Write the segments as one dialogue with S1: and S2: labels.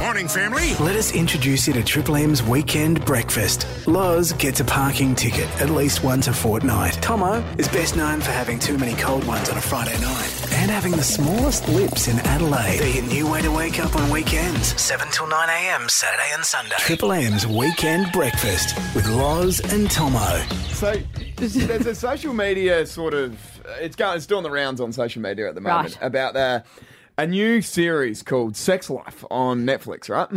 S1: Morning, family.
S2: Let us introduce you to Triple M's weekend breakfast. Loz gets a parking ticket at least once a fortnight. Tomo is best known for having too many cold ones on a Friday night and having the smallest lips in Adelaide. They're your new way to wake up on weekends, 7 till 9 a.m. Saturday and Sunday. Triple M's weekend breakfast with Loz and Tomo.
S3: So there's a social media sort of it's going it's doing the rounds on social media at the moment
S4: Right.
S3: about uh, a new series called Sex Life on Netflix, right?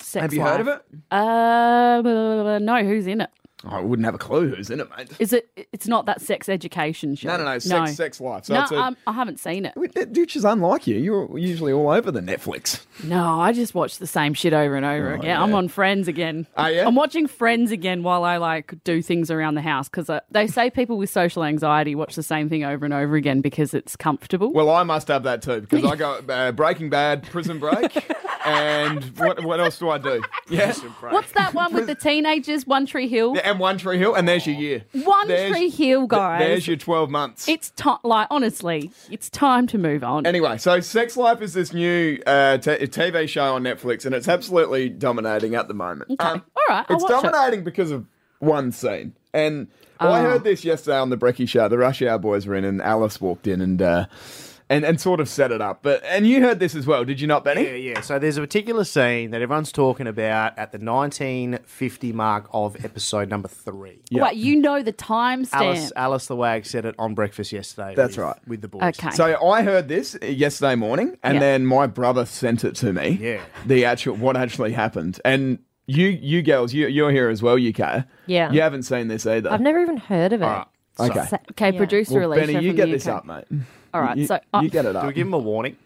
S4: Sex
S3: Have you
S4: life.
S3: heard of it?
S4: Uh, no. Who's in it?
S3: I wouldn't have a clue who's in it, mate.
S4: Is it? It's not that sex education show.
S3: No, no, no. Sex, sex life. So
S4: no,
S3: it's a,
S4: um, I haven't seen it.
S3: which is unlike you. You're usually all over the Netflix.
S4: No, I just watch the same shit over and over again.
S3: Oh,
S4: I'm
S3: yeah. Ah,
S4: on Friends again.
S3: Are ya?
S4: I'm watching Friends again while I like do things around the house because they say people with social anxiety watch the same thing over and over again because it's comfortable.
S3: Well, I must have that too because I go uh, Breaking Bad, Prison Break, and what, what else do I do? Yes,
S4: What's that one with the teenagers? One Tree Hill.
S3: and One Tree Hill, and there's your year.
S4: One
S3: There's-
S4: Tree Hill, guys.
S3: There's your 12 months.
S4: it's time. Like honestly, it's time to move on.
S3: Anyway, so Sex Life is this new uh, t- TV show on Netflix, and it's absolutely dominating at the moment. Okay.
S4: all right, I'll
S3: It's
S4: watch it. Ah.
S3: dominating because of one scene. And I heard this yesterday on the Brecky show. The Rush Hour boys were in, and Alice walked in and. Uh, and, and sort of set it up, but and you heard this as well, did you not, Benny?
S5: Yeah, yeah. So there's a particular scene that everyone's talking about at the 1950 mark of episode number three.
S4: Wait, you know the time stamp.
S5: Alice, Alice the Wag said it on breakfast yesterday.
S3: That's
S5: with-
S3: right.
S5: with the boys.
S4: Okay.
S3: So I heard this yesterday morning, and
S4: Yeah.
S3: then my brother sent it to me.
S5: Yeah.
S3: the actual what actually happened, and you you girls, you you're here as well, UK.
S6: Yeah.
S3: you haven't seen this either.
S6: I've never even heard of it.
S5: All right.
S3: okay.
S6: So-
S4: okay,
S6: Yeah.
S4: producer
S3: Well,
S4: Alicia
S3: Benny, you
S4: from
S3: get
S4: the
S3: this
S4: UK.
S3: up, mate.
S4: All right,
S3: You,
S4: so uh,
S3: you get it up.
S5: Do we give him a warning?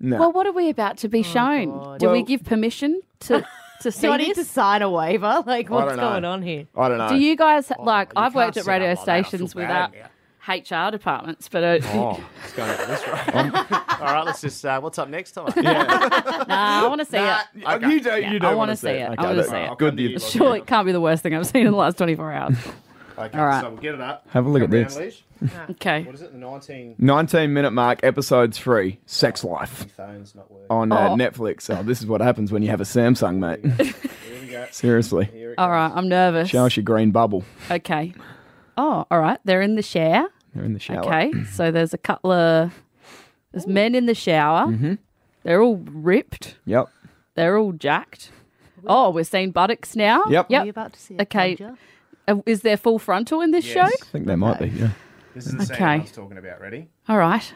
S4: Well, what are we about to
S5: Oh,
S4: be shown? Do we
S3: Well-
S4: give permission to to see
S6: Do I need to
S4: this?
S6: sign a waiver? Like, what's
S3: don't know.
S6: going on here?
S3: I don't know.
S4: Do you guys like?
S5: Oh, you
S4: I've worked
S5: can't
S4: at
S5: set up
S4: radio
S5: like that. I feel
S4: stations
S5: bad
S4: without HR departments, but uh,
S5: Oh, it's going to this right. All right, let's just. Uh, what's up next time?
S4: nah, I want to see
S3: Uh,
S4: it.
S3: you do.
S4: Yeah,
S3: you do.
S4: I
S3: want
S4: wanna
S3: to
S4: see it. I wanna see it.
S3: Good. you-
S4: Surely it can't be the worst thing I've seen in the last 24 hours.
S5: Okay,
S4: All right.
S5: So we'll get it up.
S3: Have a look at
S5: Come round,
S3: this.
S5: Leash.
S4: Okay.
S5: What is it? The 19
S3: Nineteen minute mark, episode three, sex life
S5: phones not working.
S3: on uh,
S4: Oh.
S3: Netflix. Oh, this is what happens when you have a Samsung, mate.
S5: Here we go.
S3: Seriously,
S5: Here it
S4: All right, I'm nervous.
S3: show us your green bubble.
S4: Okay. Oh, all right. They're in the shower.
S3: They're in the shower.
S4: Okay. So there's a couple of there's men in the shower.
S3: Mm-hmm.
S4: They're all ripped.
S3: Yep.
S4: They're all jacked. Oh, we're seeing buttocks now.
S3: Yep.
S6: Are you
S4: Yep.
S6: about to see a
S4: Okay.
S6: blowjob?
S4: Uh, Is there full frontal in this
S5: Yes.
S4: show?
S3: I think they might be. Yeah.
S5: This is the scene
S4: Okay.
S5: I was talking about. Ready?
S4: All right.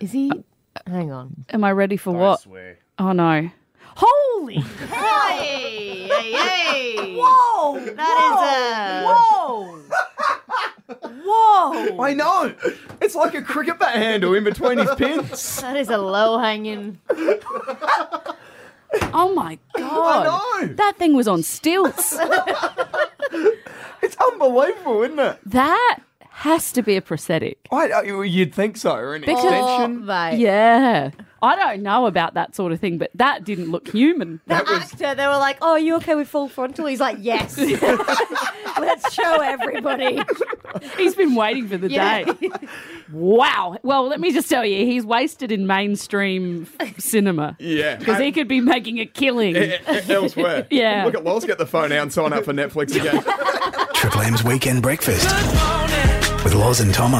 S6: Is he? Uh, Hang on.
S4: Am I ready for
S5: I
S4: what?
S5: swear.
S4: Oh no. Holy!
S6: Hey, hey, hey! Whoa! That is a whoa, whoa!
S3: I know. It's like a cricket bat handle in between his pins.
S6: That is a low hanging.
S4: Oh my god!
S3: I know.
S4: That thing was on stilts.
S3: It's unbelievable, isn't it?
S4: that has to be a prosthetic.
S3: I, I, you'd think so, or an
S4: Because-
S3: extension.
S6: Mate.
S4: Yeah. I don't know about that sort of thing, but that didn't look human.
S6: The actor, they were like, "Oh, are you okay with full frontal?" He's like, "Yes." Let's show everybody.
S4: He's been waiting for the
S6: Yeah.
S4: day. Wow. Well, let me just tell you, he's wasted in mainstream f- cinema
S3: Yeah.
S4: because he could be making a killing.
S3: Elsewhere.
S4: Yeah.
S3: Look at Loz get the phone out and sign up for Netflix again.
S2: Triple M's weekend breakfast with Loz and Tomo.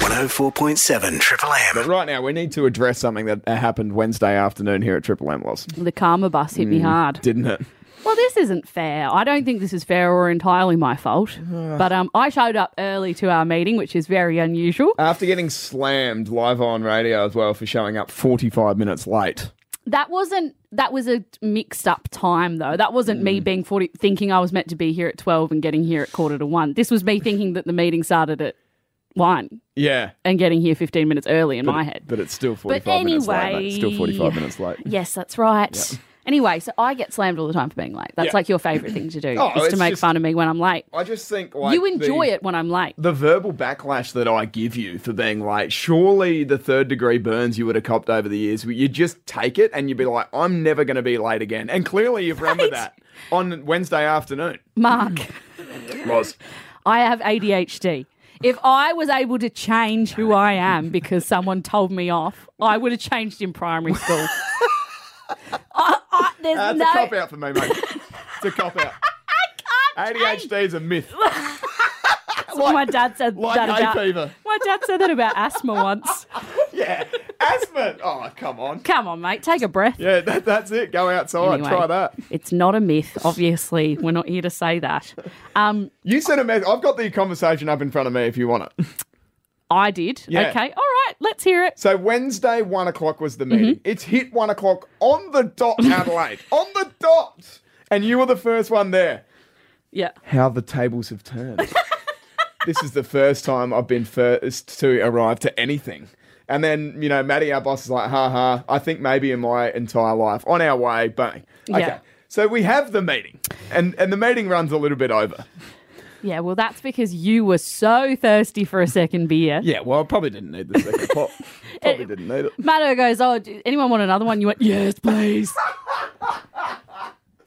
S2: 104.7 Triple M.
S3: But right now, we need to address something that happened Wednesday afternoon here at Triple M Loz.
S4: The karma bus hit me hard.
S3: Didn't it?
S4: Well, this isn't fair. I don't think this is fair or entirely my fault. But um, I showed up early to our meeting, which is very unusual.
S3: After getting slammed live on radio as well for showing up 45 minutes late.
S4: That wasn't. That was a mixed up time, though. That wasn't
S3: Mm.
S4: me being forty, thinking I was meant to be here at twelve and getting here at quarter to one. This was me thinking that the meeting started at one
S3: Yeah.
S4: and getting here fifteen minutes early in my head.
S3: But it's still 45 minutes late. mate.
S4: anyway-
S3: Still 45 minutes late.
S4: Yes, that's right. Anyway, so I get slammed all the time for being late. That's
S3: Yeah.
S4: like your favourite thing to do
S3: Oh,
S4: is
S3: it's
S4: to make
S3: just-
S4: fun of me when I'm late.
S3: I just think like
S4: you enjoy
S3: the-
S4: it when I'm late.
S3: The verbal backlash that I give you for being late, surely the third degree burns you would have copped over the years. You just take it and you'd be like, I'm never going to be late again. And clearly you've remembered that on Wednesday afternoon.
S4: Mark,
S3: Was.
S4: I have ADHD. If I was able to change who I am because someone told me off, I would have changed in primary school. There's
S3: That's
S4: no.
S3: a cop out for me, mate. It's a cop out. ADHD is a myth.
S4: That's what Ah, my dad said
S3: like
S4: that
S3: hay
S4: about.
S3: fever.
S4: My dad said that about asthma once.
S3: Yeah, asthma. Oh, come on.
S4: Come on, mate, take a breath.
S3: Yeah, that, that's it. Go outside.
S4: Anyway.
S3: Try that.
S4: It's not a myth, obviously. We're not here to say that. Um,
S3: You sent a message. I've got the conversation up in front of me if you want it.
S4: I did.
S3: Yeah.
S4: Okay, all right, let's hear it.
S3: So Wednesday, one o'clock was the meeting.
S4: Mm-hmm.
S3: It's hit one o'clock on the dot, Adelaide. on the dot. And you were the first one there.
S4: Yeah.
S3: How the tables have turned. this is the first time I've been first to arrive to anything. And then, you know, Maddie, our boss, is like, ha ha, I think maybe in my entire life, on our way, bang. Okay.
S4: Yeah.
S3: So we have the meeting. And and the meeting runs a little bit over.
S4: Yeah, well, that's because you were so thirsty for a second beer.
S3: Yeah, well, I probably didn't need the second pop. Probably didn't need it.
S4: Maddo goes, Oh, do anyone want another one? You went, Yes, please.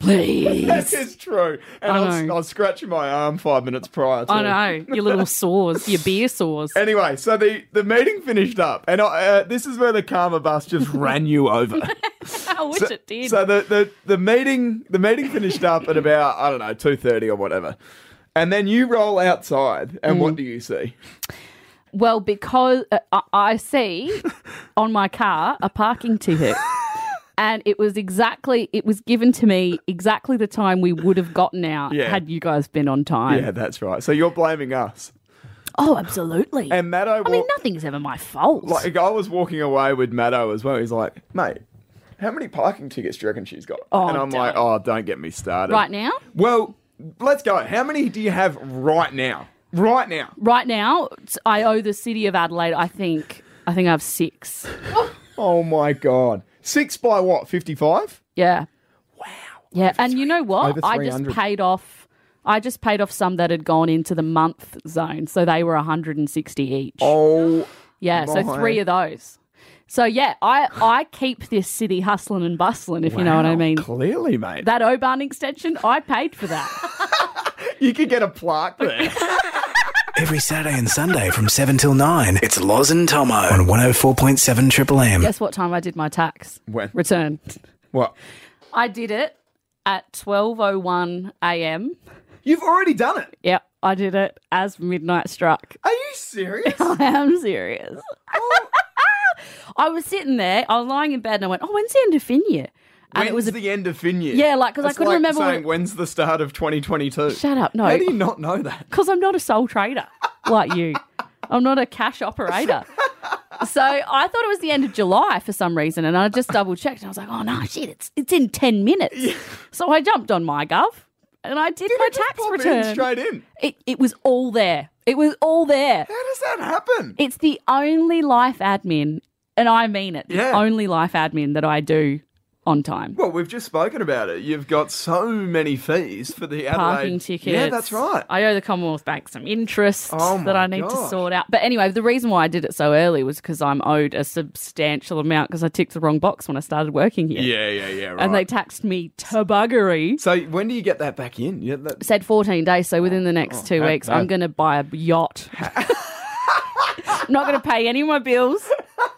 S3: That
S4: please.
S3: is true. And
S4: I
S3: I, was,
S4: know.
S3: I was scratching my arm five minutes prior to
S4: I know, your little sores, your beer sores.
S3: Anyway, so the, the meeting finished up, and I, uh, this is where the karma bus just ran you over.
S4: I wish it did.
S3: So the, the, the meeting the meeting finished up at about I don't know two thirty or whatever, and then you roll outside, and
S4: Mm.
S3: what do you see?
S4: Well, because uh, I- I see on my car a parking ticket. And it was exactly, it was given to me exactly the time we would have gotten out
S3: Yeah.
S4: had you guys been on time.
S3: Yeah, that's right. So you're blaming us,
S4: Oh, absolutely.
S3: and Maddo.
S4: I
S3: Wa-
S4: mean, nothing's ever my fault.
S3: like I was walking away with Maddo as well. He's like, mate. How many parking tickets do you reckon she's got?
S4: Oh,
S3: and I'm
S4: don't.
S3: like, oh, don't get me started.
S4: right now?
S3: Well, let's go. How many do you have right now? Right now.
S4: Right now, it's- I owe the city of Adelaide, I think, I think I have six.
S3: Oh my god. Six by what? Fifty-five.
S4: Yeah. Wow. Yeah, and you know what?
S3: over
S4: I just
S3: 300.
S4: paid off. I just paid off some that had gone into the month zone, so they were 160 each.
S3: Oh,
S4: yeah, so
S3: my.
S4: three of those. So yeah, I I keep this city hustling and bustling, if you know what I
S3: wow,
S4: mean.
S3: Clearly, mate.
S4: That Oban extension, I paid for that.
S3: you could get a plaque there.
S2: Every Saturday and Sunday from 7 till 9, it's Loz and Tomo on 104.7 Triple M.
S4: Guess what time I did my tax
S3: When?
S4: return?
S3: What?
S4: I did it at 12:01 a.m.
S3: You've already done it.
S4: Yep, I did it as midnight struck.
S3: Are you serious?
S4: I am serious. I was sitting there, I was lying in bed, and I went, "Oh, when's the end of fin year?" And
S3: When's
S4: it was a
S3: the end of fin year?
S4: Yeah, like, 'cause I
S3: That's
S4: couldn't
S3: like
S4: remember
S3: Saying,
S4: what-
S3: when's the start of 2022?
S4: Shut up, no.
S3: How do you not know that?
S4: because I'm not a sole trader like you. I'm not a cash operator. So I thought it was the end of July for some reason, and I just double checked, and I was like, "Oh no, shit! It's it's in ten minutes." So I jumped on my gov, and I did my
S3: It just
S4: tax
S3: popped In
S4: return.
S3: straight in.
S4: It it was all there. It was all there.
S3: How does that happen?
S4: It's the only life admin, and I mean it, the
S3: Yeah.
S4: only life admin that I do on time.
S3: Well, we've just spoken about it. You've got so many fees for the Adelaide
S4: Parking tickets.
S3: Yeah, that's right.
S4: I owe the Commonwealth Bank some interest
S3: Oh
S4: that
S3: my
S4: I need to
S3: gosh.
S4: sort out. But anyway, the reason why I did it so early was because I'm owed a substantial amount because I ticked the wrong box when I started working here.
S3: Yeah, yeah, yeah. Right.
S4: And they taxed me to buggery.
S3: so when do you get that back in? Yeah, that,
S4: Said 14 days, so within the next two
S3: Oh, that-
S4: weeks, I'm
S3: that-
S4: going to buy a yacht. Not going to pay any of my bills.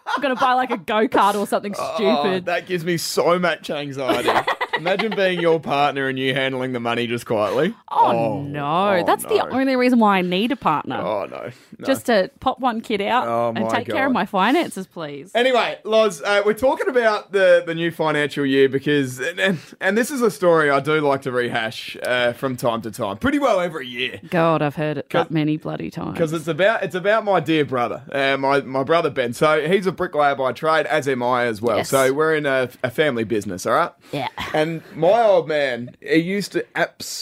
S4: I'm going to buy like a go kart or something
S3: Oh,
S4: stupid.
S3: that gives me so much anxiety. Imagine being your partner and you handling the money just quietly.
S4: Oh, no,
S3: oh,
S4: that's the
S3: no.
S4: only reason why I need a partner.
S3: Oh no. no.
S4: Just to pop one kid out
S3: Oh,
S4: and
S3: my
S4: take care of
S3: God.
S4: my finances, please.
S3: Anyway, Loz, uh, we're talking about the, the new financial year because, and, and, and this is a story I do like to rehash uh, from time to time, pretty well every year.
S4: God, I've heard it
S3: 'Cause-
S4: that many bloody times.
S3: Because it's about it's about my dear brother, uh, my my brother Ben. So he's a bricklayer by trade, as am I as well.
S4: Yes.
S3: So we're in a, a family business, all right?
S4: Yeah.
S3: And my old man, he used to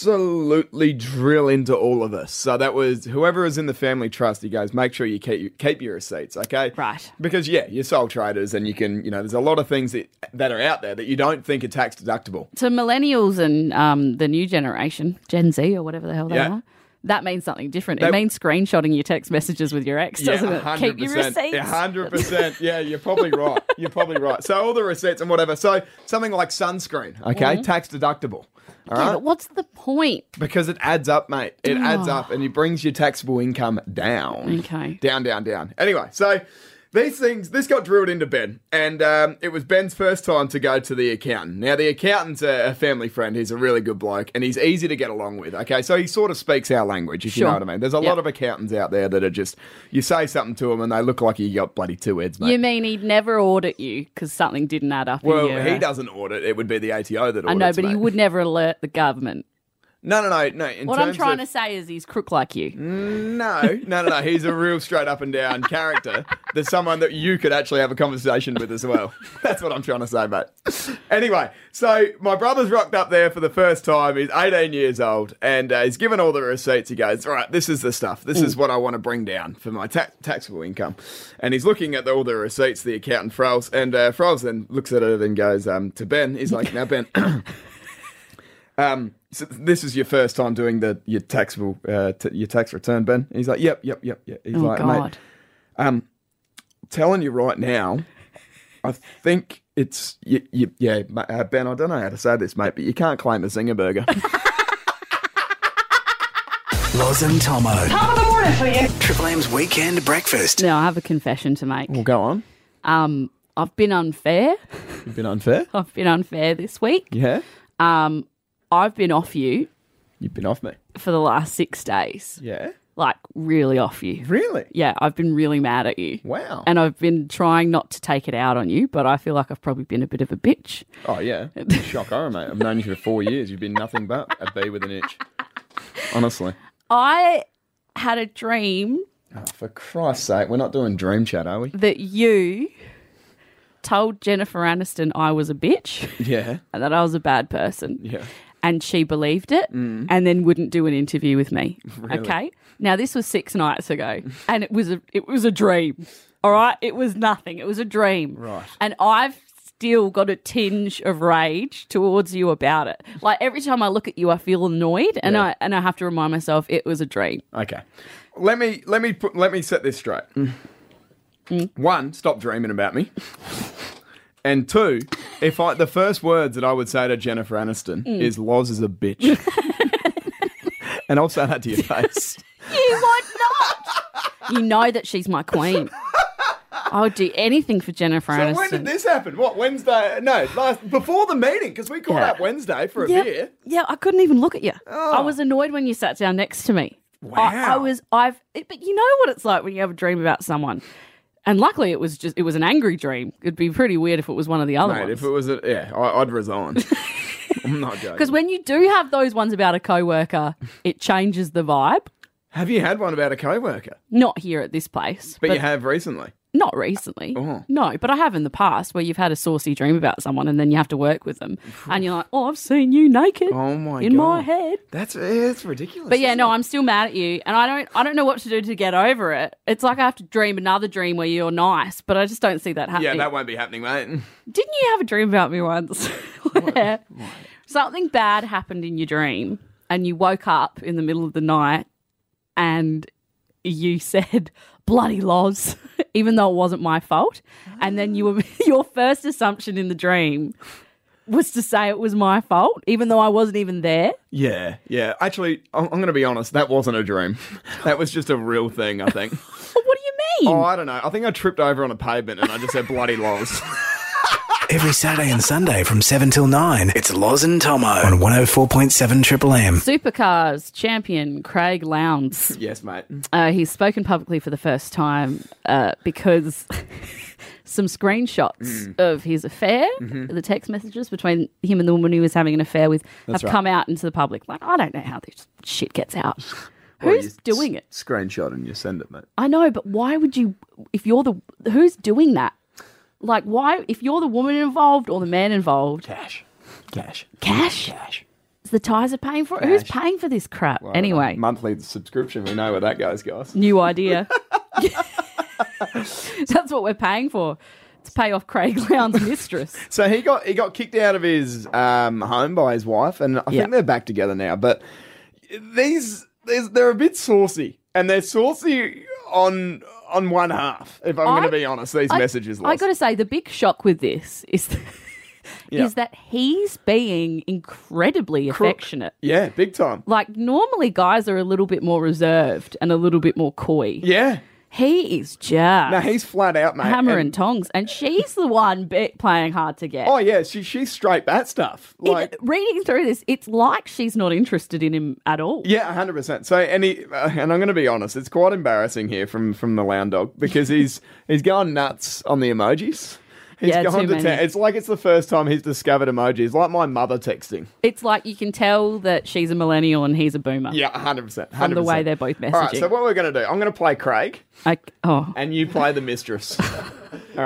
S3: absolutely drill into all of us. So that was whoever was in the family trust. He goes, make sure you keep keep your receipts, okay?
S4: Right.
S3: Because yeah, you're sole traders, and you can you know there's a lot of things that that are out there that you don't think are tax deductible.
S4: to millennials and um, the new generation, Gen Z or whatever the hell they
S3: Yeah.
S4: are, that means something different.
S3: That-
S4: it means screenshotting your text messages with your ex, doesn't it? Keep your receipts.
S3: hundred percent. Yeah, you're probably right. You're probably right. So all the receipts and whatever. So something like sunscreen, okay, tax deductible. All
S4: Mm-hmm. Yeah,
S3: right,
S4: but what's the point?
S3: because it adds up, mate. It adds up, and it brings your taxable income down.
S4: Ah. Okay.
S3: down, down, down. Anyway, so. These things, this got drilled into Ben, and um, it was Ben's first time to go to the accountant. Now, the accountant's a, a family friend. He's a really good bloke, and he's easy to get along with. Okay, so he sort of speaks our language, if you
S4: Sure.
S3: know what I mean. There's a
S4: Yep.
S3: lot of accountants out there that are just, you say something to them, and they look like you got bloody two heads, mate.
S4: You mean he'd never audit you because something didn't add up? in
S3: well,
S4: your-
S3: he doesn't audit. It would be the ATO that audits.
S4: I know, but
S3: mate.
S4: he would never alert the government.
S3: No, no, no, no. In
S4: What
S3: terms
S4: I'm trying
S3: of, Mm.
S4: to say is he's crook like you.
S3: No, no, no, no. He's a real straight up and down character. There's someone that you could actually have a conversation with as well. That's what I'm trying to say, mate. Anyway, so my brother's rocked up there for the first time. He's 18 years old and uh, he's given all the receipts. He goes, All right, this is the stuff. This is what I want to bring down for my ta- taxable income. And he's looking at the, all the receipts, the accountant Frales. And uh, Frales then looks at it and goes um, to Ben. He's like, Now, Ben. Um, so this is your first time doing the your taxable uh, t- your tax return, Ben. And he's like, yep, yep, yep, yep. He's
S4: Oh,
S3: like,
S4: God.
S3: mate, um, telling you right now, I think it's y y yeah, ma- uh, Ben. I don't know how to say this, mate, but you can't claim a zinger burger.
S2: Loz and Tomo. Top of the morning for you. Triple M's Weekend Breakfast.
S4: Now, I have a confession to make.
S3: well, go on.
S4: Um, I've been unfair.
S3: You've been unfair.
S4: I've been unfair this week.
S3: Yeah,
S4: Um, I've been off you
S3: you've been off me.
S4: for the last six days.
S3: Yeah,
S4: Like, really off you.
S3: really?
S4: Yeah, I've been really mad at you.
S3: Wow.
S4: And I've been trying not to take it out on you, but I feel like I've probably been a bit of a bitch.
S3: oh yeah, shock horror, mate. I've known you for four years. You've been nothing but a bee with an itch. Honestly.
S4: I had a dream
S3: Oh, for Christ's sake, we're not doing dream chat, are we?
S4: that you told Jennifer Aniston I was a bitch
S3: Yeah.
S4: and that I was a bad person.
S3: Yeah. Mm.
S4: And she believed it and then wouldn't do an interview with me. Okay. Now this was six nights ago and it was a it was a dream. All right. It was nothing. It was a dream. Right. And I've still got a tinge of rage towards you about it. Like every time I look at you I feel annoyed and
S3: Yeah.
S4: I and I have to remind myself it was a dream.
S3: Okay. Let me let me put let me set this straight.
S4: Mm.
S3: Mm. One, stop dreaming about me. And two, if I the first words that I would say to Jennifer Aniston
S4: Mm.
S3: is Loz is a bitch. and I'll say that to your face.
S4: You would not. you know that she's my queen. I would do anything for Jennifer
S3: So
S4: Aniston.
S3: when did this happen? What Wednesday? No, last before the meeting because we caught
S4: Yeah.
S3: up Wednesday for a
S4: yeah,
S3: beer. Oh.
S4: yeah, I couldn't even look at you. I was annoyed when you sat down next to me. I, I
S3: Wow.
S4: was. I've. It, but you know what it's like when you have a dream about someone. And luckily, it was just. It was an angry dream. It'd be pretty weird if it was one of the other
S3: Mate, if it
S4: ones.
S3: was a yeah, I, I'd resign. I'm not
S4: Because
S3: joking.
S4: when you do have those ones about a coworker, it changes the vibe.
S3: Have you had one about a coworker?
S4: Not here at this place,
S3: But, you have recently.
S4: Not recently.
S3: Oh.
S4: No, but I have in the past where you've had a saucy dream about someone and then you have to work with them and you're like, oh, I've seen you naked
S3: Oh my
S4: in my
S3: God.
S4: head.
S3: That's yeah, that's ridiculous.
S4: But yeah,
S3: isn't
S4: no,
S3: it?
S4: I'm still mad at you and I don't I don't know what to do to get over it. It's like I have to dream another dream where you're nice, but I just don't see that
S3: yeah,
S4: happening.
S3: that won't be happening, mate.
S4: Didn't you have a dream about me once where something bad happened in your dream and you woke up in the middle of the night and you said bloody loz even though it wasn't my fault and then you were your first assumption in the dream was to say it was my fault even though I wasn't even there
S3: Yeah, yeah. Actually, I'm, I'm going to be honest. That wasn't a dream. That was just a real thing. I think.
S4: But what do you mean
S3: oh, I don't know. I think I tripped over on a pavement and I just said bloody lols.
S2: Every Saturday and Sunday from 7 till 9, it's Loz and Tomo on 104.7 Triple M.
S4: Supercars champion Craig Lowndes
S3: yes, mate.
S4: Uh, he's spoken publicly for the first time uh, because some screenshots of his affair, the text messages between him and the woman he was having an affair with, have
S3: right.
S4: come out into the public. Like, I don't know how this shit gets out. Who's doing it?
S3: Screenshot and you send it, mate.
S4: I know, but why would you? If you're the who's doing that? Like, why? If you're the woman involved or the man involved,
S3: Cash, cash,
S4: cash.
S3: cash.
S4: The ties are paying for it. Who's paying for this crap anyway?
S3: monthly subscription. We know where that goes, guys.
S4: New idea. That's what we're paying for to pay off Craig Lowndes' mistress.
S3: So he got he got kicked out of his um, home by his wife, and I
S4: Yeah.
S3: think they're back together now. But these, these they're a bit saucy, and they're saucy on on one half. If I'm going
S4: I-
S3: to be honest, these
S4: I-
S3: messages.
S4: I
S3: Lost.
S4: got to say, the big shock with this is
S3: Yeah.
S4: is that he's being incredibly affectionate.
S3: yeah, big time.
S4: Like normally, guys are a little bit more reserved and a little bit more coy.
S3: Yeah,
S4: He is jacked.
S3: No, he's flat out, mate.
S4: hammer
S3: And-
S4: and tongs, and she's the one be- playing hard to get.
S3: Oh yeah, she she's straight that stuff.
S4: It-
S3: Like
S4: reading through this, it's like she's not interested in him at all.
S3: Yeah, hundred percent. So, and he, uh, and I'm going to be honest, it's quite embarrassing here from from the Lound Dog because he's he's going nuts on the emojis. He's
S4: Yeah,
S3: gone
S4: too
S3: to
S4: many.
S3: It's like it's the first time he's discovered emojis, like my mother texting.
S4: It's like you can tell that she's a millennial and he's a boomer.
S3: Yeah, hundred percent.
S4: From the way they're both
S3: All right,
S4: messaging.
S3: so what we're going to do? I'm going to play Craig,
S4: Like, oh,
S3: and you play the mistress. All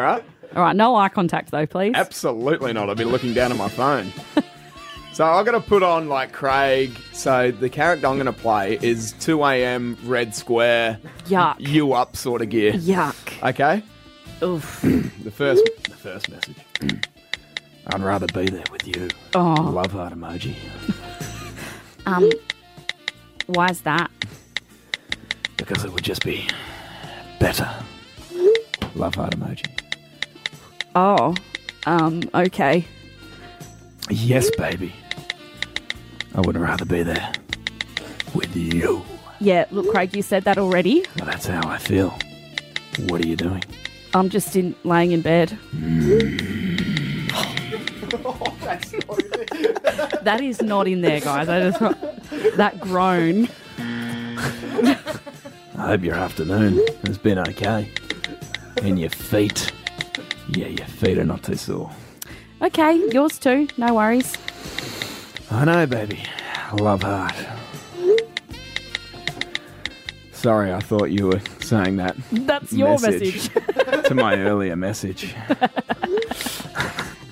S3: right.
S4: all right. No eye contact though, please.
S3: Absolutely not. I've been looking down at my phone. so i am going to put on like Craig. So the character I'm going to play is 2 a.m. Red Square.
S4: Yuck.
S3: You up sort of gear.
S4: Yuck.
S3: Okay.
S4: Oof.
S3: The first, the first message. I'd rather be there with you.
S4: Oh,
S3: Love heart emoji.
S4: um, why's that?
S3: Because it would just be better. Love heart emoji.
S4: Oh, um, okay.
S3: Yes, baby. I would rather be there with you.
S4: Yeah, look, Craig, you said that already.
S3: Well, that's how I feel. What are you doing?
S4: I'm just in laying in bed. that is not in there, guys. I just that groan.
S3: I hope your afternoon has been okay. And your feet. Yeah, your feet are not too sore.
S4: Okay, yours too. No worries.
S3: I know, baby. Love heart. Sorry, I thought you were saying that
S4: That's your message.
S3: to my earlier message.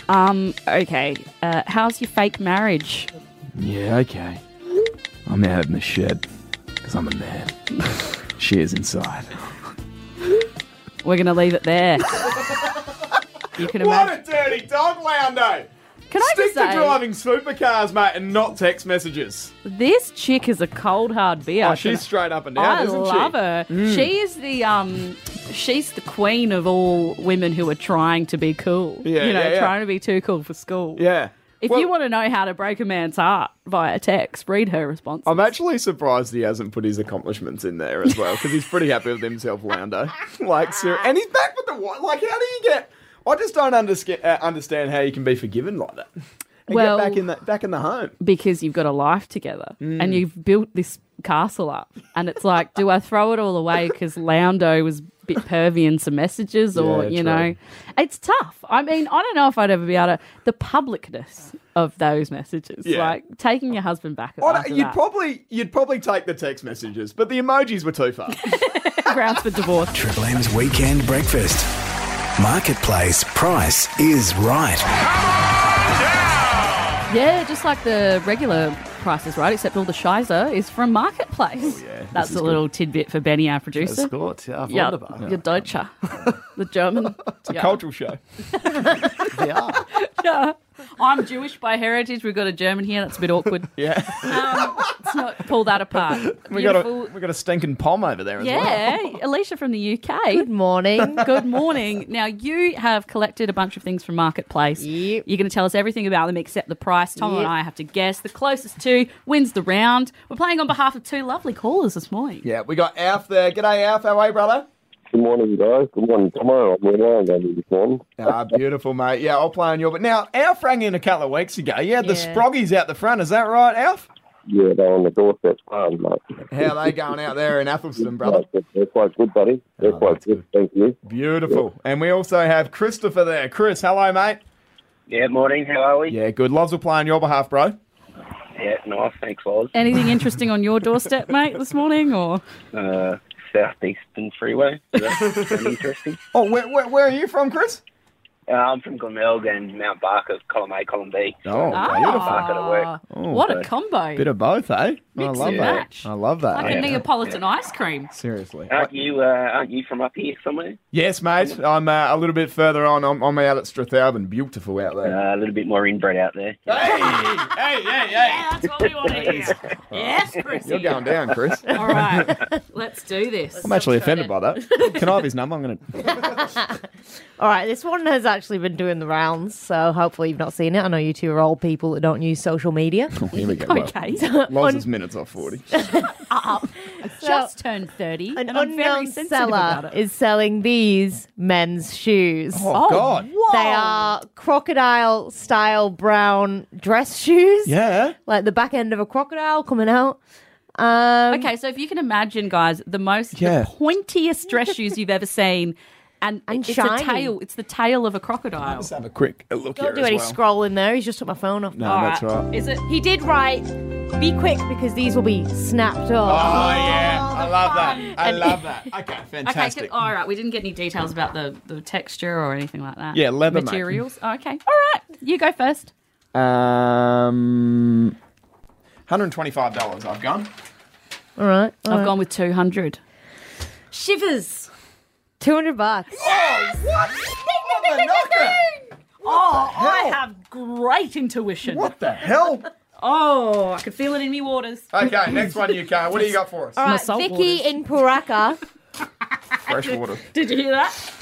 S4: Um. Okay. Uh, how's your fake marriage?
S3: Yeah, okay. I'm out in the shed because I'm a man. she is inside.
S4: We're gonna leave it there. you can imagine.
S3: dirty dog, Lando!
S4: Can I just say
S3: supercars, mate, and not text messages.
S4: this chick is a cold hard beer.
S3: Oh,
S4: Can
S3: she's
S4: I-
S3: straight up and down,
S4: I
S3: isn't she? Mm.
S4: love her. She is the um, she's the queen of all women who are trying to be cool.
S3: Yeah,
S4: you know,
S3: yeah, yeah.
S4: trying to be too cool for school.
S3: Yeah.
S4: If
S3: Well,
S4: you want to know how to break a man's heart via text, read her response.
S3: I'm actually surprised he hasn't put his accomplishments in there as well because he's pretty happy with himself, Lando. like, ser- and he's back with the what? Like, how do you get? I just don't understand uh, understand how you can be forgiven like that. And
S4: Well-
S3: get back in the back in the home.
S4: because you've got a life together
S3: Mm.
S4: and you've built this castle up, and it's like, do I throw it all away because Loundo was a bit pervy in some messages, or
S3: Yeah,
S4: you
S3: true.
S4: know, it's tough. I mean, I don't know if I'd ever be able to the publicness of those messages,
S3: Yeah. Oh,
S4: like taking your husband back.
S3: I don't-
S4: after
S3: you'd
S4: that.
S3: probably you'd probably take the text messages, but the emojis were too far.
S4: grounds for divorce.
S2: Triple M's Weekend Breakfast. Marketplace price is right.
S4: Yeah, just like the regular prices, right? Except all the shizer is from marketplace.
S3: Oh, yeah. This
S4: That's
S3: is
S4: a little tidbit for Benny, our
S5: That's
S4: producer.
S5: good. Yeah, I've
S4: Yeah,
S5: wondered about
S4: your Deutsche, the German. Yeah.
S3: Cultural show.
S5: it. They are.
S4: Yeah. I'm Jewish by heritage. We've got a German here. That's a bit awkward.
S3: Yeah,
S4: Um, let's not pull that apart.
S3: we got
S4: Beautiful-
S3: a we got a stinking pom over there as well.
S4: yeah, Alicia from the UK.
S6: Good morning.
S4: Good morning. Now you have collected a bunch of things from Marketplace.
S6: Yep.
S4: You're going to tell us everything about them except the price. Tom and
S6: Yep.
S4: I have to guess. The closest to wins the round. We're playing on behalf of two lovely callers this morning.
S3: Yeah, we got Alf there. G'day, Alf. How are you, brother?
S1: Good morning, guys. Good morning, Tomo. I'm around only this morning.
S3: Ah, beautiful, mate. Yeah, I'll play on your. But now, Alf rang in a couple of weeks ago. Yeah, the
S4: Yeah.
S3: Sproggies out the front. Is that right, Alf?
S1: Yeah, they're on the doorstep farm, mate.
S3: How are they going out there in Athelston, brother?
S1: They're quite good, buddy. They're
S3: Oh,
S1: quite
S3: that's
S1: good. Thank you.
S3: Beautiful. And we also have Christopher there. Chris, hello, mate.
S7: Yeah, morning. How are we?
S3: Yeah, good. Loves will play on your behalf, bro.
S7: Yeah, nice. Thanks, Loz.
S4: Anything interesting on your doorstep, mate, this morning? Or
S7: Uh, Southeastern Freeway. Is that sound interesting?
S3: Oh, where, where, where are you from, Chris?
S7: Uh, I'm from Glenelg and Mount Barker, column A, column B. Uh,
S3: Oh, beautiful.
S7: Barker to work.
S3: Oh,
S4: Ah, what a
S7: good.
S4: combo!
S3: Bit of both, eh? I
S4: Mix
S3: love
S4: and
S3: that.
S4: match.
S3: I love that.
S4: like a
S3: eh?
S4: Neapolitan ice cream.
S3: Seriously.
S7: Aren't you? Uh, aren't you from up here somewhere?
S3: Yes, mate. I'm uh, a little bit further on. I'm, I'm out at Strathalbyn. Beautiful out there.
S7: Uh, a little bit more inbred out there.
S3: Hey, hey, hey, hey.
S4: Yeah, that's what we want to hear. yes, Chrissy.
S3: You're going down, Chris.
S4: All right, let's do this.
S3: I'm actually offended by that. Can I have his number? I'm going to.
S6: All right, this one has actually been doing the rounds, so hopefully you've not seen it. I know you two are old people that don't use social media.
S3: Oh, Here we go. Well,
S4: Okay.
S3: Loz is minute it's not 40.
S4: Just turned 30.
S8: An
S4: and I'm very
S8: unknown
S4: sensitive
S8: seller
S4: about it.
S8: is selling these men's shoes.
S3: Oh, God.
S8: They are crocodile style brown dress shoes.
S3: Yeah.
S8: Like the back end of a crocodile coming out. Um,
S4: Okay, so if you can imagine, guys, the most
S3: Yeah.
S4: the pointiest dress shoes you've ever seen. And,
S8: And
S4: it's
S8: shiny.
S4: a tail. It's the tail of a crocodile.
S3: Let's have a quick look
S8: Don't
S3: here
S8: do
S3: as
S8: any
S3: well.
S8: scrolling there. He's just took my phone off.
S3: No,
S4: All
S3: Oh, that's right.
S4: Is it?
S8: He did write, be quick because these will be snapped
S3: Oh,
S8: off.
S3: yeah. I love that. I
S8: And-
S3: love that. Okay,
S4: Okay.
S3: fantastic.
S4: Good. All right. We didn't get any details about the, the texture or anything like that.
S3: Yeah, leather making.
S4: materials. Oh, okay. All right. You go first.
S3: Um, $125 I've gone.
S8: All right.
S4: I've gone with two hundred.
S8: Uh, Shivers. 200 bucks.
S3: Oh, what? What the knocker?
S4: Oh,
S3: hell?
S4: I have great intuition.
S3: What the hell?
S4: Oh, I can feel it in me waters.
S3: Okay, next one, you can. What do you got for us?
S8: All
S4: My
S8: right,
S4: salt
S8: Vicky
S4: waters.
S8: in Puraka.
S3: Fresh water.
S4: Did you hear that?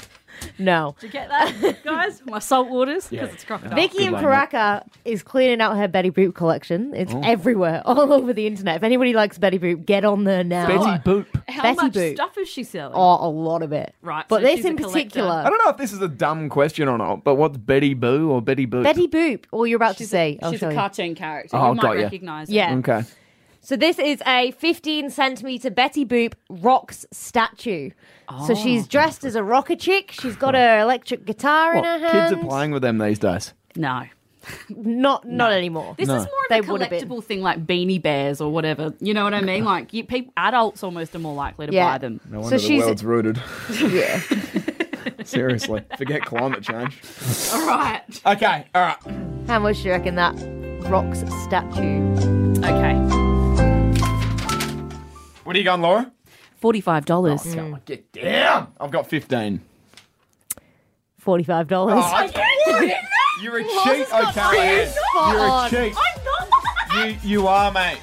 S8: no.
S4: Did you get that, guys? My salt waters because it's crocodile.
S3: Oh,
S8: Vicky in Paraka is cleaning out her Betty Boop collection. It's
S3: Oh.
S8: everywhere, all over the internet. If anybody likes Betty Boop, get on there now.
S5: Boop.
S4: How
S8: Betty
S4: much
S8: Boop.
S4: stuff is she selling?
S8: Oh, a lot of it.
S4: Right, so
S8: But this
S4: she's a
S8: in
S4: collector.
S3: I
S8: particular,
S3: don't know if this is a dumb question or not, but what's Betty Boo or Betty Boo?
S8: Betty Boop, or you're about to see. I'll
S4: She's
S8: show
S4: a
S8: you.
S4: cartoon character.
S3: Oh,
S4: you might
S3: got ya.
S4: recognize
S8: Yeah.
S4: her.
S3: Okay.
S8: So this is a 15 centimeter Betty Boop rocks statue.
S3: Oh,
S8: So she's dressed as a rocker chick. She's got her electric guitar
S3: What,
S8: in her hand.
S3: kids are playing with them these days.
S4: No.
S8: Not not anymore.
S4: This is more
S8: They
S4: of
S8: would've
S4: a
S8: been.
S4: collectible thing like beanie bears or whatever. You know what I mean? Like you, people, adults almost are more likely to
S8: Yeah.
S4: buy them.
S3: No
S8: So she's-
S3: rooted.
S8: yeah.
S3: Seriously. Forget climate change.
S4: All right.
S3: Okay, all right.
S8: How much do you reckon that rocks statue?
S4: Okay.
S3: What are you going, Laura?
S4: Forty-five dollars.
S3: Get down. I've got 15.
S8: Forty-five dollars.
S5: Oh,
S3: You're a cheat, O'Callaghan. You're a cheat. You, you are, mate.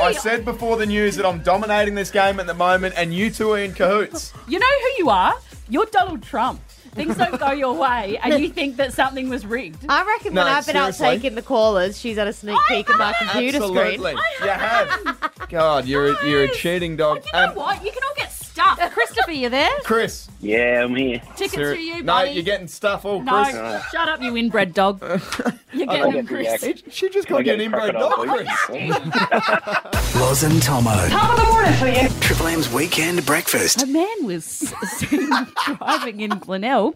S3: I said before the news that I'm dominating this game at the moment, and you two are in cahoots.
S4: You know who you are? You're Donald Trump. Things don't go your way, and you think that something was rigged.
S8: I reckon
S3: No,
S8: when I've been out
S3: seriously.
S8: taking the callers, she's had a sneak peek at my computer
S3: Absolutely,
S8: screen.
S3: you have. God, you're a, you're a cheating dog.
S4: You know
S3: Um,
S4: what? You can all get stuff. Christopher, you there?
S3: Chris,
S7: Yeah, I'm here.
S4: Tickets
S3: seri-
S4: to you,
S3: no,
S4: buddy.
S3: you're getting stuff all
S4: no,
S3: Chris.
S4: shut up, you inbred dog. You're getting them, Chris.
S7: Can
S3: She- She just
S7: I
S3: called you
S7: get
S3: an
S7: a
S3: inbred
S7: crocodile,
S3: dog, Chris.
S7: please?
S2: Loz and Tomo.
S4: Top of the morning for you.
S2: Triple M's Weekend Breakfast.
S4: a man was seen driving in Glenelg.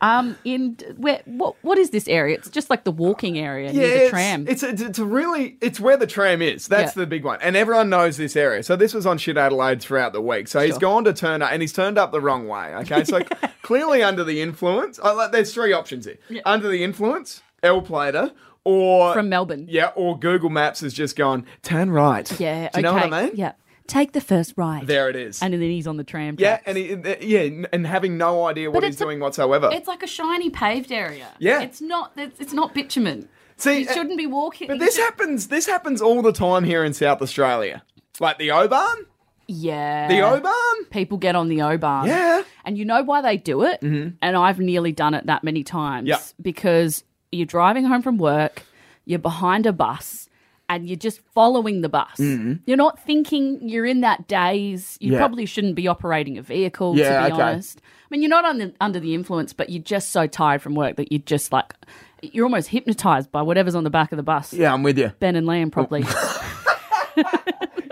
S4: Um, in where what what is this area? It's just like the walking area near the
S3: it's-
S4: tram.
S3: It's, it's it's a really it's where the tram is. That's
S4: Yeah.
S3: the big one, and everyone knows this area. So this was on shit Adelaide throughout the week. So he's gone to turn up, and he's turned up the wrong way. Okay, so clearly under the influence. I, like, there's three options here: under the influence, L plater, or
S4: From Melbourne.
S3: Yeah, or Google Maps has just gone turn right.
S4: yeah,
S3: Do you know
S4: okay.
S3: what I mean?
S4: Yeah, take the first right.
S3: there it is.
S4: and then he's on the tram.
S3: yeah,
S4: tracks.
S3: and he, yeah, and having no idea what
S4: But
S3: he's
S4: it's a-
S3: doing whatsoever.
S4: it's like a shiny paved area.
S3: Yeah.
S4: it's not it's it's not bitumen.
S3: See,
S4: You
S3: uh,
S4: shouldn't be walking.
S3: But
S4: you
S3: this
S4: should-
S3: happens. This happens all the time here in South Australia. Like the Oban,
S4: yeah,
S3: the Oban.
S4: people get on the O bar.
S3: Yeah.
S4: And you know why they do it? Mm-hmm. And I've nearly done it that many times.
S3: Yeah.
S4: Because you're driving home from work, you're behind a bus, and you're just following the bus. You're not thinking you're in that daze. You
S3: Mm-hmm. Yeah.
S4: probably shouldn't be operating a vehicle,
S3: Yeah,
S4: to be
S3: okay.
S4: honest. I mean, you're not on the, under the influence, but you're just so tired from work that you're just like, you're almost hypnotized by whatever's on the back of the bus.
S3: Yeah, I'm with you.
S4: Ben and Liam probably.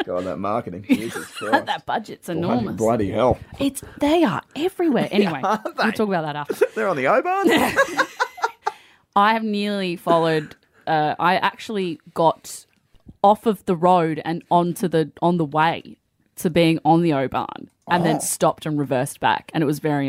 S3: God, that marketing. Jesus Christ.
S4: that budget's enormous.
S3: hell.
S4: It's they are everywhere. Anyway, we'll talk about that after.
S3: They're on the Oban.
S4: I have nearly followed. Uh, I actually got off of the road and onto the on the way to being on the O-Barn, and then stopped and reversed back, and it was very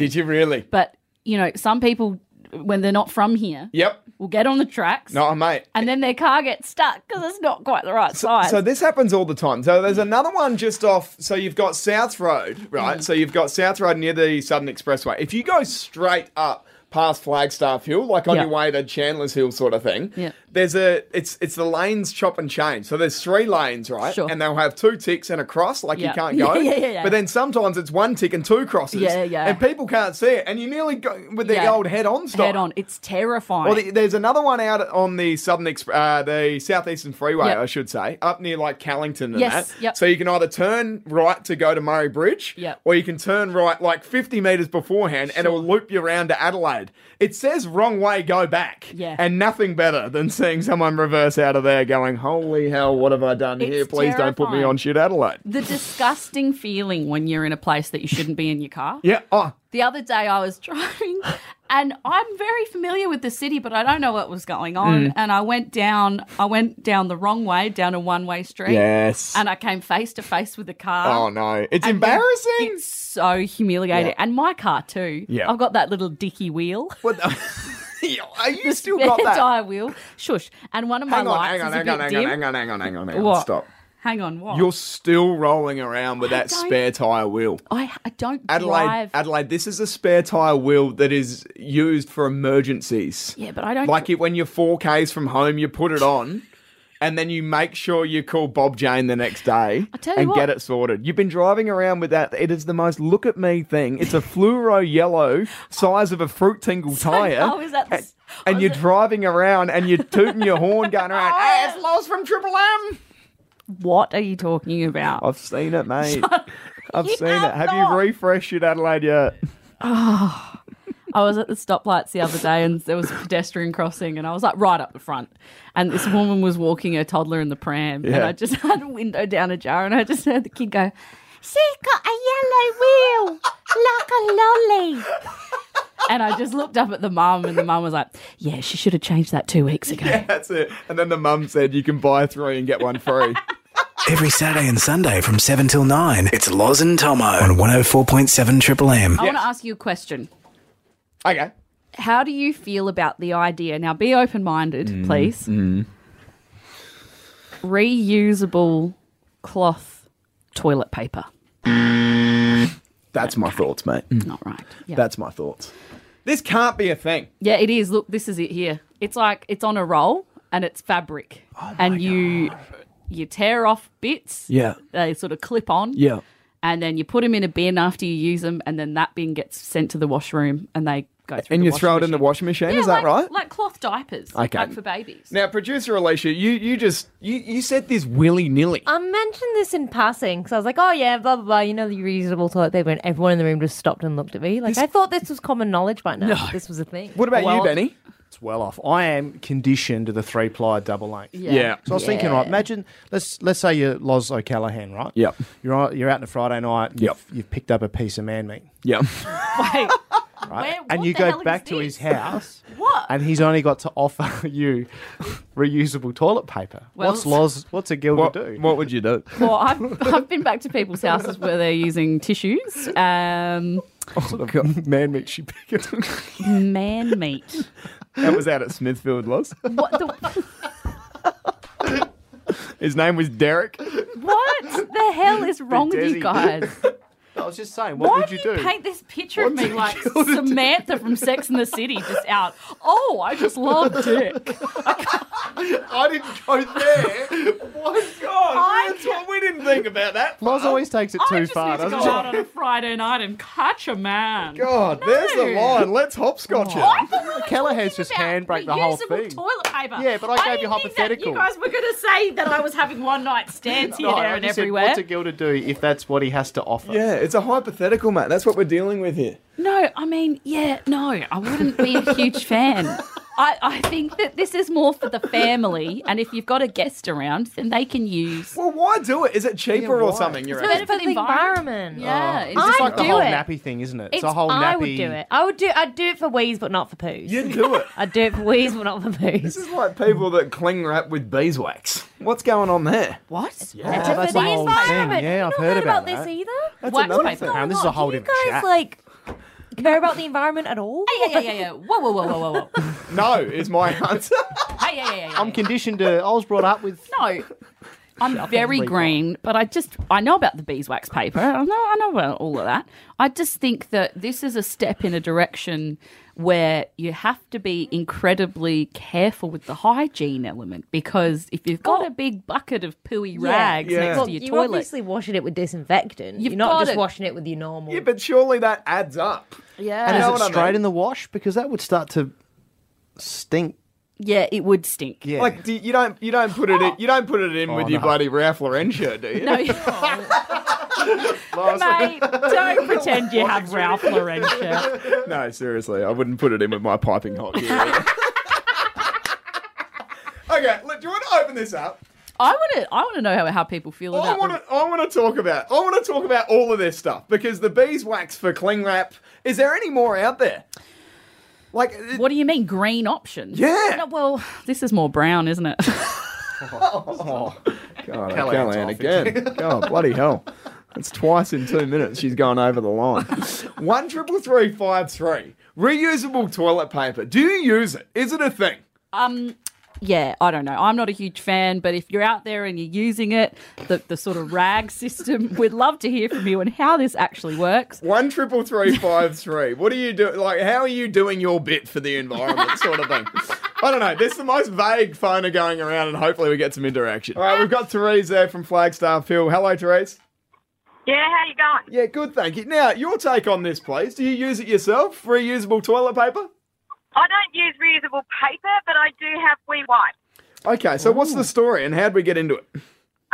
S3: Oh. Did you really?
S4: But you know, some people when they're not from here,
S3: Yep.
S4: will get on the tracks.
S3: No, mate.
S4: And then their car gets stuck because it's not quite the right size.
S3: So this happens all the time. So there's another one just off. So you've got
S4: Mm.
S3: South Road, right? So you've got South Road near the Southern Expressway. If you go straight up past Flagstaff Hill, like on
S4: Yeah.
S3: your way to Chandler's Hill, sort of thing.
S4: Yeah.
S3: There's a it's it's the lanes chop and change. So there's three lanes, right?
S4: Sure.
S3: And they'll have two ticks and a cross, like
S4: Yeah.
S3: you can't go.
S4: Yeah, yeah, yeah, yeah.
S3: But then sometimes it's one tick and two crosses.
S4: Yeah, yeah.
S3: And people can't see it, and you nearly go with the
S4: Yeah.
S3: old head on style.
S4: Head on. It's terrifying.
S3: Well, the, there's another one out on the Southern Exp- uh, the Southeastern Freeway,
S4: Yep.
S3: I should say, up near like Callington and
S4: Yes,
S3: that.
S4: yep.
S3: So you can either turn right to go to Murray Bridge,
S4: Yep.
S3: or you can turn right like 50 metres beforehand and it will loop you round to Adelaide. It says wrong way, go back.
S4: Yeah.
S3: And nothing better than seeing someone reverse out of there going, holy hell, what have I done
S4: It's
S3: here? Please don't put me
S4: terrifying.
S3: on shit Adelaide.
S4: the disgusting feeling when you're in a place that you shouldn't be in your car.
S3: Yeah. Oh,
S4: The other day I was driving and I'm very familiar with the city but I don't know what was going
S3: Mm.
S4: on and I went down I went down the wrong way down a one-way street
S3: yes.
S4: and I came face to face with a car.
S3: oh, no. It's
S4: And
S3: embarrassing.
S4: It's so humiliating. And my car too.
S3: Yeah.
S4: I've got that little dicky wheel.
S3: What the- Are you still got
S4: spare
S3: that?
S4: tire wheel. Shush. And one of my
S3: hang on,
S4: lights
S3: hang on,
S4: is a
S3: hang
S4: bit
S3: on, hang
S4: dim.
S3: on, hang on, hang on, hang on, hang on.
S4: What?
S3: Stop.
S4: Hang on, what?
S3: You're still rolling around with that
S4: don't-
S3: spare tire wheel.
S4: I, I don't
S3: Adelaide,
S4: drive.
S3: Adelaide, this is a spare tire wheel that is used for emergencies.
S4: yeah, but I don't
S3: Like it when you're 4Ks from home, you put it on. And then you make sure you call Bob Jane the next day
S4: tell you
S3: and
S4: what.
S3: get it sorted. You've been driving around with that. It is the most look at me thing. It's a fluoro yellow size of a fruit tingle tire.
S4: I was at the-
S3: and, and you're driving around and you're tooting your horn going around, hey, it's Loz from Triple M.
S4: What are you talking about?
S3: I've seen it, mate. I've seen
S4: have
S3: it. Have
S4: not.
S3: you refreshed it, Adelaide, yet?
S4: I was at the stoplights the other day and there was a pedestrian crossing and I was like right up the front. And this woman was walking her toddler in the pram and
S3: Yeah.
S4: I just had a window down ajar and I just heard the kid go, She's got a yellow wheel like a lolly. And I just looked up at the mum and the mum was like, Yeah, she should have changed that two weeks ago.
S3: That's it. And then the mum said, you can buy three and get one free.
S2: Every Saturday and Sunday from 7 till 9, it's Loz and Tomo on 104.7 Triple M.
S4: I want to ask you a question.
S3: okay.
S4: How do you feel about the idea? Now, be open minded, please. Reusable cloth toilet paper.
S3: That's my thoughts, mate.
S4: Not right. Yeah.
S3: That's my thoughts. This can't be a thing.
S4: yeah, it is. Look, this is it here. It's like it's on a roll and it's fabric, and you you tear off bits.
S3: Oh Yeah.
S4: They sort of clip on.
S3: Yeah.
S4: And then you put them in a bin after you use them, and then that bin gets sent to the washroom, and they go through.
S3: And
S4: the
S3: you throw it in the washing
S4: washing
S3: machine,
S4: machine.
S3: is
S4: Yeah,
S3: that
S4: like-
S3: right?
S4: Like cloth diapers,
S3: Okay.
S4: like for babies.
S3: now, producer Alicia, you, you just you, you said this willy nilly.
S4: Uh,
S8: I mentioned this in passing because I was like, oh yeah, blah, blah, blah. You know, the reusable toilet paper. And everyone in the room just stopped and looked at me. Like, I thought this was common knowledge by now. This was a thing.
S3: what about you,
S5: Well-
S3: Benny?
S5: It's well off. I am conditioned to the three ply double length. So I was thinking, right? Imagine, let's let's say you're Loz O'Callaghan, right?
S3: Yep.
S5: You're on, you're out on a Friday night. and
S3: Yep.
S5: You've, you've picked up a piece of man meat,
S3: Yeah.
S4: Wait,
S5: right?
S4: Where-
S5: and
S4: what
S5: you
S4: the
S5: go
S4: hell is
S5: back to
S4: this?
S5: his house,
S4: what?
S5: and he's only got to offer you reusable toilet paper.
S4: Well-
S5: what's Loz? What's a girl
S3: what,
S5: to do?
S3: what would you do?
S4: Well, I've, I've been back to people's houses where they're using tissues. Um,
S5: man meat she picked.
S4: man meat.
S3: that was out at Smithfield, Loz.
S4: What the,
S3: His name was Derek.
S4: what the hell is wrong with you
S5: Desi.
S4: guys?
S5: I was just saying, what
S4: Why
S5: would
S4: do
S5: you
S4: you
S5: do?
S4: paint this picture of
S3: What
S4: me
S3: the
S4: like
S3: hell did-
S4: Samantha from Sex and the City just out? Oh, I just love dick.
S3: I didn't go there. Oh My God,
S5: Oh,
S3: that's what we didn't think about that.
S5: Loz always takes it
S4: I
S5: too
S4: just
S5: far,
S4: need to go
S5: doesn't
S4: out
S5: she?
S4: on a Friday night and catch a man.
S3: God, Oh, there's the
S4: No.
S3: line. Let's hopscotch it.
S4: I thought we were
S5: Callahan's just
S4: talking about
S5: handbrake the whole
S4: reusable
S5: thing.
S4: toilet paper.
S5: Yeah, but I gave you
S4: didn't think that
S5: hypothetical.
S4: You guys were going to say that I was having one night stands here,
S5: No,
S4: there,
S5: I
S4: and
S5: just said,
S4: everywhere.
S5: what's a girl to do if that's what he has to offer?
S3: Yeah, it's a hypothetical, mate. That's what we're dealing with here.
S4: No, I mean, yeah, no, I wouldn't be a huge fan. I, I think that this is more for the family, and if you've got a guest around, then they can use.
S3: Well, why do it? Is it cheaper or something? You
S8: It's
S3: reckon?
S8: better for the environment.
S4: Yeah, it's just
S8: I
S5: Oh, It's like the
S8: do
S5: whole
S8: it.
S5: nappy thing, isn't it? It's,
S8: It's-
S5: a whole nappy.
S8: I would do it. I would do. I'd do it for wheeze, but not for poos.
S3: You do it.
S8: I'd do it for wheeze, but not for poos.
S3: This is like people that cling wrap with beeswax. What's going on there?
S4: what?
S5: Oh,
S8: Better
S5: that's
S8: for
S5: a
S8: the
S5: whole
S8: environment.
S5: thing. Yeah,
S8: You've
S5: I've
S8: not
S5: heard about,
S8: this
S5: that.
S8: either.
S3: That's
S4: What?
S3: another
S4: What's
S3: thing.
S4: going
S5: Now, this is a whole
S8: Oh, Do you
S5: different
S8: guys
S5: chat.
S8: like care about the environment at all?
S4: Yeah, yeah, yeah, yeah. Whoa, whoa, whoa, whoa, whoa, whoa.
S3: No, is my answer.
S4: Hey, yeah, yeah, yeah. yeah.
S5: I'm conditioned to. I was brought up with
S4: no, I'm very green, but I just I know about the beeswax paper. I know I know about all of that. I just think that this is a step in a direction where you have to be incredibly careful with the hygiene element because if you've got a big bucket of pooey rags
S3: Yeah.
S4: next
S3: Well,
S4: to your
S8: You're
S4: toilet,
S8: obviously washing it with disinfectant.
S4: You've
S8: You're not
S4: got
S8: just
S4: it.
S8: washing it with your normal.
S3: Yeah, but surely that adds up.
S4: yeah,
S5: And
S3: know
S5: is
S3: what
S5: it
S3: I
S5: straight
S3: mean?
S5: in the wash? Because that would start to stink.
S4: yeah, it would stink.
S5: Yeah.
S3: Like do, you don't you don't put it in, you don't put it in with your bloody Ralph Lauren shirt, do you?
S4: No, you- mate, don't pretend you have Ralph Lauren shirt.
S3: No, seriously, I wouldn't put it in with my piping hot. gear. okay, look, do you want to open this up?
S4: I want to. I want to know how, how people feel
S3: I
S4: about.
S3: want
S4: them.
S3: to. I want to talk about. I want to talk about all of this stuff because the beeswax for cling wrap. Is there any more out there? Like, it-
S4: What do you mean green options?
S3: Yeah.
S4: No, well, this is more brown, isn't it?
S3: oh, God,
S5: Callahan's
S3: Callahan
S5: off
S3: again. God, bloody hell! That's twice in two minutes. She's gone over the line. One triple three five three. Reusable toilet paper. Do you use it? Is it a thing?
S4: Um, yeah, I don't know. I'm not a huge fan, but if you're out there and you're using it, the, the sort of rag system, we'd love to hear from you and how this actually works.
S3: One triple three five three. What are you doing? Like, how are you doing your bit for the environment, sort of thing? I don't know. This is the most vague phoner going around, and hopefully we get some interaction. All right, we've got Therese there from Flagstaff Hill. Hello, Therese.
S9: Yeah, how you going?
S3: Yeah, good, thank you. Now, your take on this, please. Do you use it yourself? Reusable toilet paper?
S9: I don't use reusable paper, but I do have wee wipes.
S3: Okay, so what's the story, and how'd we get into it?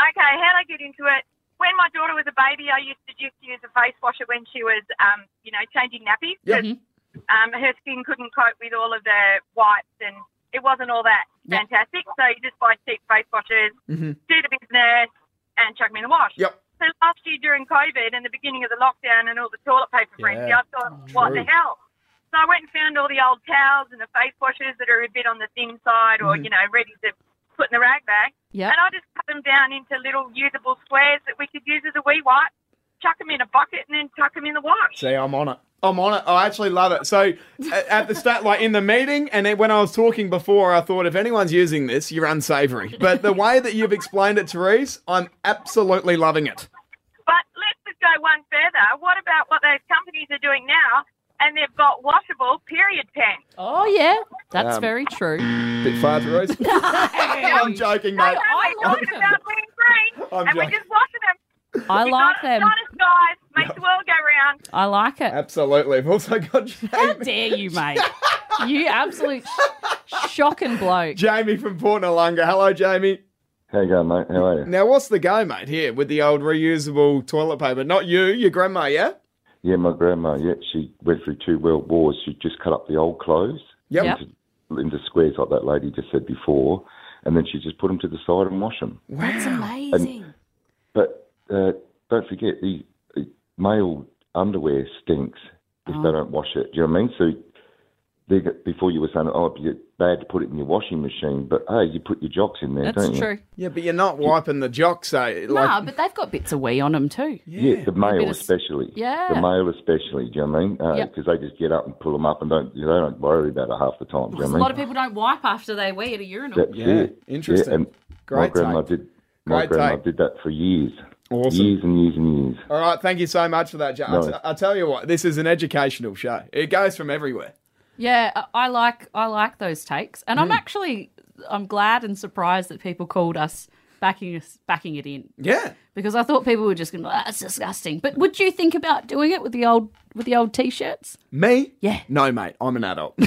S9: Okay, how'd I get into it? When my daughter was a baby, I used to just use a face washer when she was, um, you know, changing nappies. 'cause, Um, her skin couldn't cope with all of the wipes and it wasn't all that
S4: Yep.
S9: fantastic. So you just buy cheap face washers, do the business, and chuck them in the wash.
S3: Yep.
S9: So last year during COVID and the beginning of the lockdown and all the toilet paper frenzy, I thought,
S3: Mm,
S9: what the hell? So I went and found all the old towels and the face washers that are a bit on the thin side
S3: Mm.
S9: or, you know, ready to put in the rag bag.
S4: Yeah.
S9: And I just cut them down into little usable squares that we could use as a wee wipe, chuck them in a bucket and then tuck them in the wash.
S3: See, I'm on it. I'm on it. I actually love it. So, a- at the start, like in the meeting, and then when I was talking before, I thought if anyone's using this, you're unsavory. But the way that you've explained it, Therese, I'm absolutely loving it.
S9: But let's just go one further. What about what those companies are doing now? And they've got washable period pants.
S4: Oh, yeah, that's
S3: Um,
S4: very true.
S3: Bit far, Therese. I'm joking, mate.
S4: I
S9: We're
S4: like
S9: talking
S4: them.
S9: about being green,
S3: I'm
S9: and we're
S3: joking.
S9: just washing them.
S4: I
S9: We've
S4: like
S9: got
S4: them.
S9: Honest guys, makes the world go round.
S4: I like it.
S3: Absolutely. I've also got
S4: How
S3: Jamie,
S4: dare you, mate? You absolute sh- shock and blow.
S3: Jamie from Port Nalunga. Hello, Jamie.
S1: How you going, mate? How are you?
S3: Now, what's the go, mate, here with the old reusable toilet paper? Not you, your grandma, yeah?
S1: Yeah, my grandma. Yeah, she went through two world wars. She just cut up the old clothes
S3: Yep.
S4: Yep.
S1: into squares, like that lady just said before, and then she just put them to the side and wash them.
S4: That's amazing.
S1: But uh, don't forget, the uh, male underwear stinks if they don't wash it. Do you know what I mean? So they, got- before you were saying, oh, it'd be bad to put it in your washing machine, but hey, you put your jocks in there,
S4: That's
S1: don't you?
S4: true.
S3: Yeah, but you're not wiping the jock, so like,
S4: Nah, but they've got bits of wee on them too.
S1: Yeah, the
S4: bit
S1: male
S4: of-
S1: especially.
S4: Yeah.
S1: The male especially, do you know what I mean? Uh, Because
S4: Yep.
S1: they just get up and pull them up and don't, you know, they don't worry about it half the time. Do you know
S4: Because
S1: what
S4: a
S1: I
S4: lot
S1: mean?
S4: of people don't wipe after they wee at a urinal.
S1: That's
S3: Yeah,
S1: it.
S3: interesting.
S1: Yeah, and my
S3: Great
S1: grandma
S3: take.
S1: did. My
S3: Great
S1: grandma
S3: take.
S1: did that for years.
S3: Awesome.
S1: Years and years and years.
S3: All right, thank you so much for that, Joe.
S1: No.
S3: I'll, t- I'll tell you what, this is an educational show. It goes from everywhere.
S4: Yeah, I- I like I like those takes, and I'm actually I'm glad and surprised that people called us backing us backing it in
S3: Yeah.
S4: because I thought people were just going, to "That's "Ah, disgusting." But would you think about doing it with the old with the old t-shirts?
S3: Me?
S4: Yeah.
S3: No, mate, I'm an adult.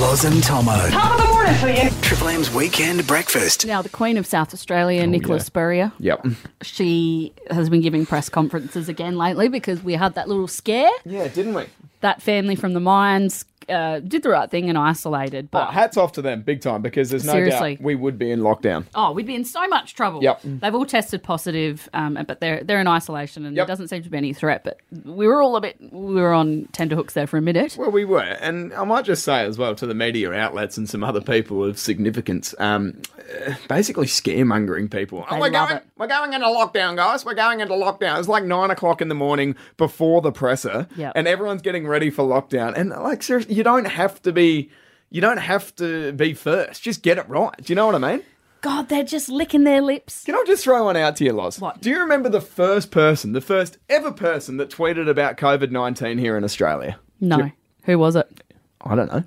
S2: Loz and Tomo.
S9: Top of the morning for you.
S2: Triple M's Weekend Breakfast.
S4: Now, the Queen of South Australia, Nicola Spurrier,
S3: yep.
S4: she has been giving press conferences again lately because we had that little scare.
S3: Yeah, didn't we?
S4: That family from the mines uh, did the right thing and isolated,
S3: Oh,
S4: but
S3: hats off to them, big time, because there's no
S4: Seriously.
S3: doubt we would be in lockdown.
S4: Oh, we'd be in so much trouble.
S3: Yep.
S4: They've all tested positive, um, but they're they're in isolation, and
S3: Yep.
S4: there doesn't seem to be any threat. But we were all a bit we were on tenterhooks there for a minute.
S3: Well, we were, and I might just say as well to the media outlets and some other people of significance, um, uh, basically scaremongering people. Oh, we're
S4: love
S3: going,
S4: it.
S3: we're going into lockdown, guys. We're going into lockdown. It's like nine o'clock in the morning before the presser,
S4: Yep.
S3: and everyone's getting ready for lockdown. And like, seriously, you don't have to be, you don't have to be first. Just get it right. Do you know what I mean?
S4: God, they're just licking their lips.
S5: Can I just throw one out to you, Loz? What? Do you remember the first person, the first ever person that tweeted about COVID 19 here in Australia?
S4: No.
S5: Do you-
S4: Who was it?
S5: I don't know.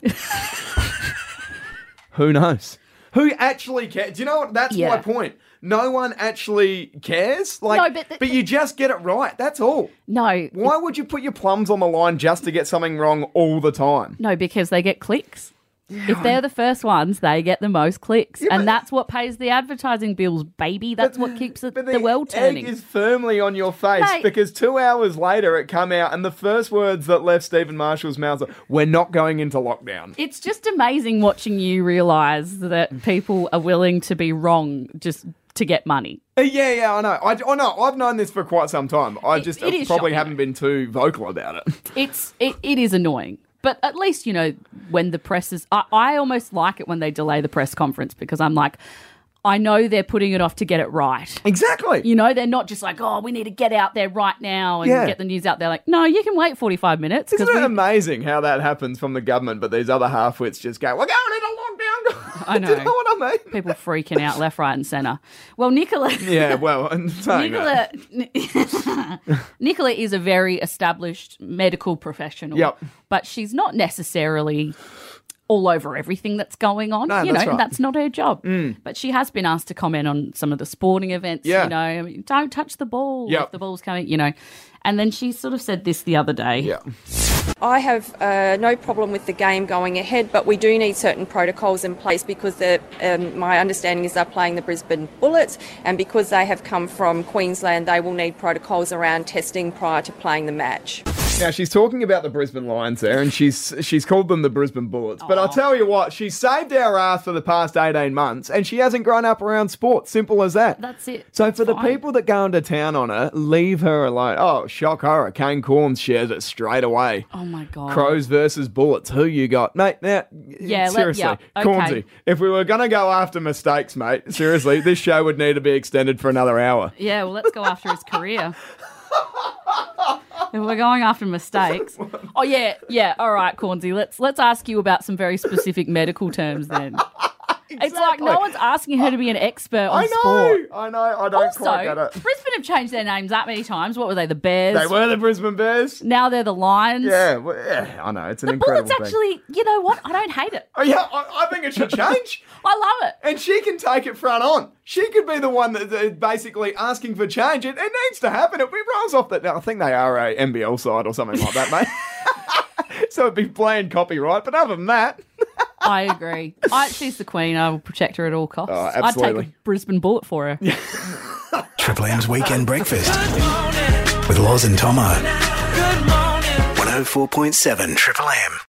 S5: Who knows? Who actually cares? Do you know what? That's
S4: Yeah.
S5: my point. No one actually cares. Like,
S4: No, but the-
S5: you just get it right. That's all.
S4: No.
S5: Why would you put your plums on the line just to get something wrong all the time?
S4: No, because they get clicks. If they're the first ones, they get the most clicks. and that's what pays the advertising bills, baby. That's what keeps the, the world turning.
S5: Egg is firmly on your face
S4: Mate.
S5: because two hours later it come out, and the first words that left Stephen Marshall's mouth were, "We're not going into lockdown."
S4: It's just amazing watching you realize that people are willing to be wrong just to get money.
S5: Uh, Yeah, yeah, I know. I, I know. I've known this for quite some time. I
S4: It-
S5: just
S4: it is
S5: probably
S4: shocking,
S5: haven't been too vocal about it.
S4: It's it, it is annoying. But at least you know when the press is I, I almost like it when they delay the press conference because I'm like I know they're putting it off to get it right.
S5: Exactly.
S4: You know, they're not just like, oh, we need to get out there right now and
S5: Yeah.
S4: get the news out there. Like, no, you can wait 45 minutes. 'cause
S5: Isn't it
S4: we-
S5: amazing how that happens from the government, but these other half-wits just go, we're going into lockdown.
S4: I
S5: Do
S4: know.
S5: you know what I mean?
S4: people freaking out left, right, and centre. Well, Nicola.
S5: Yeah, well, and saying
S4: Nicola,
S5: that.
S4: Nicola is a very established medical professional.
S5: Yep.
S4: But she's not necessarily all over everything that's going on.
S5: No,
S4: you
S5: that's
S4: know,
S5: right. Mm.
S4: that's not her job. But she has been asked to comment on some of the sporting events.
S5: Yeah.
S4: You know, I mean, don't touch the ball
S5: Yep.
S4: if the ball's coming, you know. And then she sort of said this the other day.
S5: Yeah.
S9: I have uh, no problem with the game going ahead, but we do need certain protocols in place because they're- um, my understanding is they're playing the Brisbane Bullets, and because they have come from Queensland, they will need protocols around testing prior to playing the match.
S5: Now she's talking about the Brisbane Lions there, and she's she's called them the Brisbane Bullets. But I'll tell you what, she saved our ass for the past eighteen months, and she hasn't grown up around sports. Simple as that.
S4: That's it.
S5: So
S4: It's
S5: for the
S4: fine.
S5: people that go into town on her, leave her alone. Oh, shock horror! Kane Corns shares it straight away.
S4: Oh my God.
S5: Crows versus bullets. Who you got, mate? Now,
S4: Yeah, let-
S5: seriously,
S4: yeah, okay.
S5: Cornsy. If we were gonna go after mistakes, mate, seriously, this show would need to be extended for another hour.
S4: Yeah, well, let's go after his career. If we're going after mistakes. Oh yeah, yeah. All right, Cornsey. Let's let's ask you about some very specific medical terms then. It's like no one's asking her to be an expert on
S5: I know,
S4: sport.
S5: I know, I don't quite get
S4: Also,
S5: it.
S4: Brisbane have changed their names that many times. What were they? The Bears.
S5: They were the Brisbane Bears.
S4: Now they're the Lions.
S5: Yeah, well, yeah, I know. It's an
S4: The
S5: incredible
S4: Bullets
S5: thing.
S4: actually. You know what? I don't hate it.
S5: Oh, yeah, I, I think it should change.
S4: I love it.
S5: and she can take it front on. She could be the one that, that basically asking for change. It, it needs to happen. It, it rolls off that. I think they are a NBL side or something like that, mate. so it'd be plain copyright. But other than that,
S4: I agree. I, she's the queen. I will protect her at all costs.
S5: Oh,
S4: I'd take a
S5: absolutely.
S4: Brisbane bullet for her.
S2: Triple M's Weekend Breakfast oh with Loz and Tomo. 104.7 Triple M.